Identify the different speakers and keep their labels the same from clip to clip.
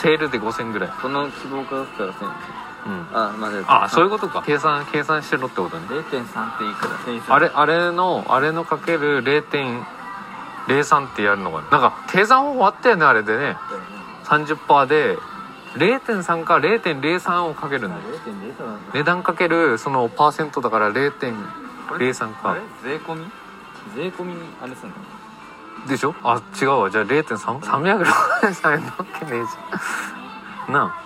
Speaker 1: セールで5000ぐらい
Speaker 2: この希望価格から1000
Speaker 1: うん
Speaker 2: あまだ
Speaker 1: あそういう
Speaker 2: こ
Speaker 1: ことか計算計算してろってことね
Speaker 2: 0.3っていくら1300
Speaker 1: あれあれのあれのかける0.03ってやるのかななんか計算方法あったよねあれでね
Speaker 2: だよね
Speaker 1: 30%で0.3か0.03をかけるんだよ
Speaker 2: 0.03なんだ
Speaker 1: 値段かけるそのパーセントだから0.03
Speaker 2: これあ
Speaker 1: か
Speaker 2: れ税込み税込みにあれすんの
Speaker 1: でしょあ違うわじゃあ 0.3?300 円なわけねえじゃんな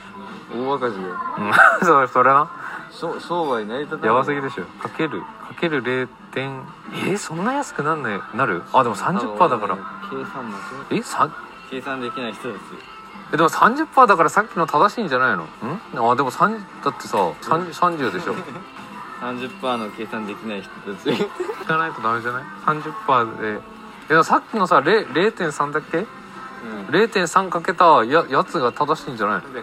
Speaker 2: 大赤字で
Speaker 1: あ、うん、そ れそれな
Speaker 2: 商商売成り立たない
Speaker 1: やばすぎでしょかけるかける0点えそんな安くなんないなるあでも30%だから
Speaker 2: 計算間違え
Speaker 1: えさ
Speaker 2: 計算できない人たち
Speaker 1: えでも30%だからさっきの正しいんじゃないのんあでも3だってさ30 30でしょ
Speaker 2: 30%の計算できない人 たち
Speaker 1: じゃないとダメじゃない ?30% で。え、でもさっきのさ、れ0.3だっけ
Speaker 2: うん
Speaker 1: ?0.3 かけたややつが正しいんじゃないの
Speaker 2: 363?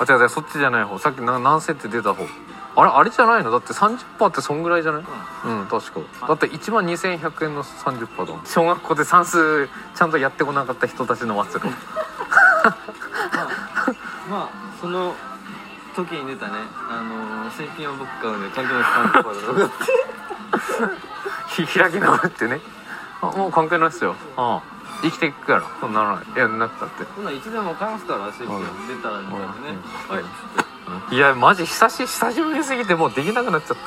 Speaker 1: あ、違う違う、そっちじゃない方。さっきな何セって出た方。あれあれじゃないのだって30%ってそんぐらいじゃないうん、確か。だって1万2100円の30%だもん。小学校で算数ちゃんとやってこなかった人たちの末路。
Speaker 2: まあ、まあ、その時に出たね、あのー、新品を僕買うので、関係なく30%だろう が。
Speaker 1: ひ開き直るってね。あ、もう関係ないっすよ。ああ生きていくから。そうならない。いや、なったって。
Speaker 2: 今いつでも買いますから、新品を出たらみたいなね。
Speaker 1: うん
Speaker 2: はい。
Speaker 1: いやマジ久し久しぶりすぎてもうできなくなっちゃって